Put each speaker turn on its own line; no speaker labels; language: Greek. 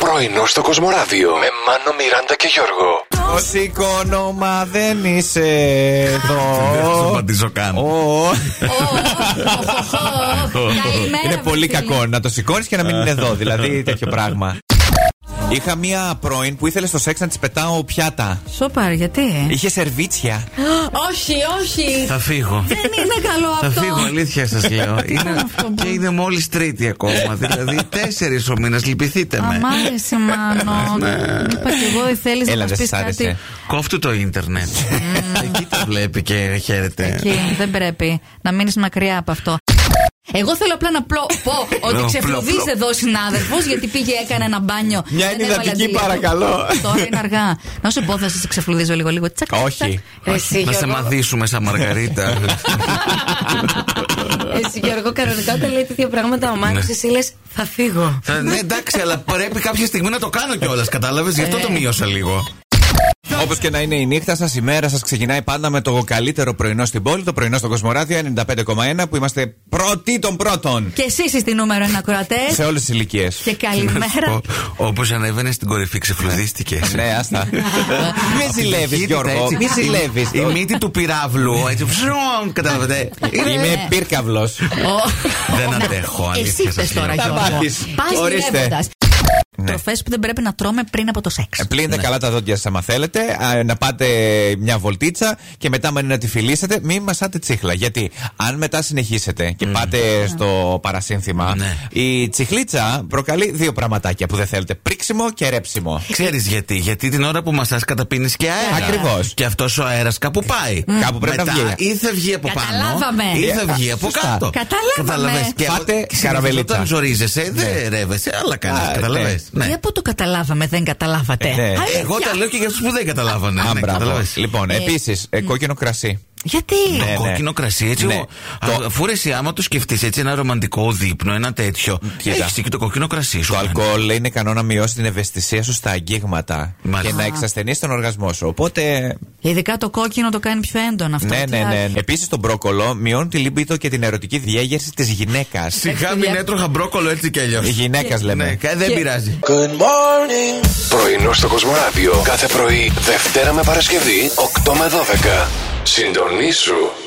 Πρωινό στο Κοσμοράδιο με Μάνο, Μιράντα και Γιώργο.
Το σηκώνω, μα δεν είσαι εδώ.
Δεν θα σου απαντήσω καν.
Ω,
Καλημέρα,
Είναι
Βασίλη.
πολύ κακό να το σηκώνεις και να μην είναι εδώ. Δηλαδή τέτοιο πράγμα. Είχα μία πρώην που ήθελε στο σεξ να της πετάω πιάτα.
Σοπάρ, γιατί.
Είχε σερβίτσια.
όχι, όχι.
Θα φύγω.
Δεν είναι καλό
Θα
αυτό.
φύγω, αλήθεια σας λέω. Είναι-
αυτό,
και είναι μόλις τρίτη ακόμα. Δηλαδή, τέσσερις ο μήνας, λυπηθείτε με.
Αμάρεσε, μάνο. Είπα κι εγώ, θέλεις να
Ναι. Έλα,
μας
δεν
πεις
σ' άρεσε.
κάτι.
Κόφτου το ίντερνετ.
Ε.
Εκεί το βλέπει και
Ναι.
χαίρεται.
Εκεί δεν πρέπει να μείνεις μακριά από αυτό. Εγώ θέλω απλά να πλω- πω ότι
Πλω, πλω,
ξεφλουδίζει
πλω.
εδώ ο συνάδελφος γιατί πήγε, έκανε ένα μπάνιο.
Μια
δεν
ενυδατική,
έβαλε αντίληπτο.
παρακαλώ.
Τώρα είναι αργά. Να σου πω, θα σε ξεφλουδίζω λίγο-λίγο. Τσακ, τσακ,
Όχι.
τσακ. Εσύ,
Να σε
Γιώργο.
μαδίσουμε σαν Μαργαρίτα.
Εσύ, Γιώργο, κανονικά όταν λέει τέτοια πράγματα
Ναι.
ο Μάνο, εσύ λες θα φύγω.
Θα- ναι, εντάξει, αλλά πρέπει κάποια στιγμή να το κάνω κιόλας. Κατάλαβες, γι'
Ε.
αυτό το μείωσα λίγο.
Όπω και να είναι η νύχτα σας, η μέρα σας ξεκινάει πάντα με το καλύτερο πρωινό στην πόλη, το πρωινό στο Κοσμοράδιο 95,1 που είμαστε πρώτοι των πρώτων
Και εσείς είστε οι νούμερο ένα ακροατές.
σε όλες τις ηλικίες.
Ε, Και καλημέρα.
Όπως ανέβαινε στην κορυφή,
Ε,
ξεφλουδίστηκες.
Ναι, άστα. Μην ζηλεύει, Γιώργο. Μην ζηλεύεις.
Η μύτη του πυράβλου. Έτσι, Ε, ψρον, καταλαβαίνετε.
Ε.
Είμαι πύρκαυλο.
Ο-
Δεν αντέχω,
Εσύ
αλήθεια
πε
σας
τώρα,
λέω.
Τα
Γιώργο.
μάθεις.
Πας
Ορίστε.
γυρεύοντας.
Ναι.
Τροφές που δεν πρέπει να τρώμε πριν από το σεξ.
Ε, Πλύνετε καλά τα δόντια σας, άμα θέλετε. Α, Να πάτε μια βολτίτσα και μετά, με να τη φιλήσετε, μην μασάτε τσίχλα. Γιατί αν μετά συνεχίσετε και πάτε στο παρασύνθημα,
Ναι.
η τσιχλίτσα προκαλεί δύο πραγματάκια που δεν θέλετε: πρίξιμο και ρέψιμο.
Ξέρεις γιατί. Γιατί την ώρα που μασάς καταπίνεις
Ε.
και αέρα.
Ακριβώς.
Και αυτός ο αέρας κάπου πάει.
Κάπου πρέπει να
Μετά,
βγει.
Ή θα βγει από
Καταλάβαμε.
πάνω. Ή θα βγει από
Σωστά.
κάτω.
Καταλάβαμε.
Καταλαβες. Και
Πάτε
συνήθως
καραβελίτσα. Ναι.
Όταν ζορίζεσαι, δεν ρεύεσαι, αλλά
Α,
κάνει.
ναι.
Καταλαβες. Ναι.
Τι από το καταλάβαμε, δεν καταλάβατε.
Ε, ναι.
Αλήθεια.
Εγώ τα λέω και για αυτούς που δεν καταλάβανε.
Α,
Ναι,
μπράβο.
καταλαβες.
Λοιπόν,
Ε,
επίσης, κόκκινο κρασί.
Γιατί.
Το
ναι.
κόκκινο κρασί, έτσι.
Ναι.
Ναι.
Το-
Αφού ρε, εσύ, άμα το σκεφτείς έτσι, ένα ρομαντικό δείπνο, ένα τέτοιο.
κοίτα.
Έχεις και το κόκκινο κρασί σου.
Το αλκοόλ λέει, είναι κανόνα να μειώσει την ευαισθησία σου στα αγγίγματα
Μάλιστα.
και να εξασθενήσει τον οργασμό σου. Οπότε
Ειδικά το κόκκινο το κάνει πιο έντονο αυτό.
Ναι,
τι
ναι,
άλλο.
ναι. Επίσης, το μπρόκολο μειώνει τη λίμπητο και την ερωτική διέγερση της γυναίκας.
Σιγά μην έτρωχα μπρόκολο έτσι κι αλλιώς.
Η γυναίκας
Ναι,
λέμε.
κα- δεν πειράζει.
Πρωινό στο Κοσμοράδιο κάθε πρωί, Δευτέρα με Παρασκευή, 8 με 12. Συντονίσου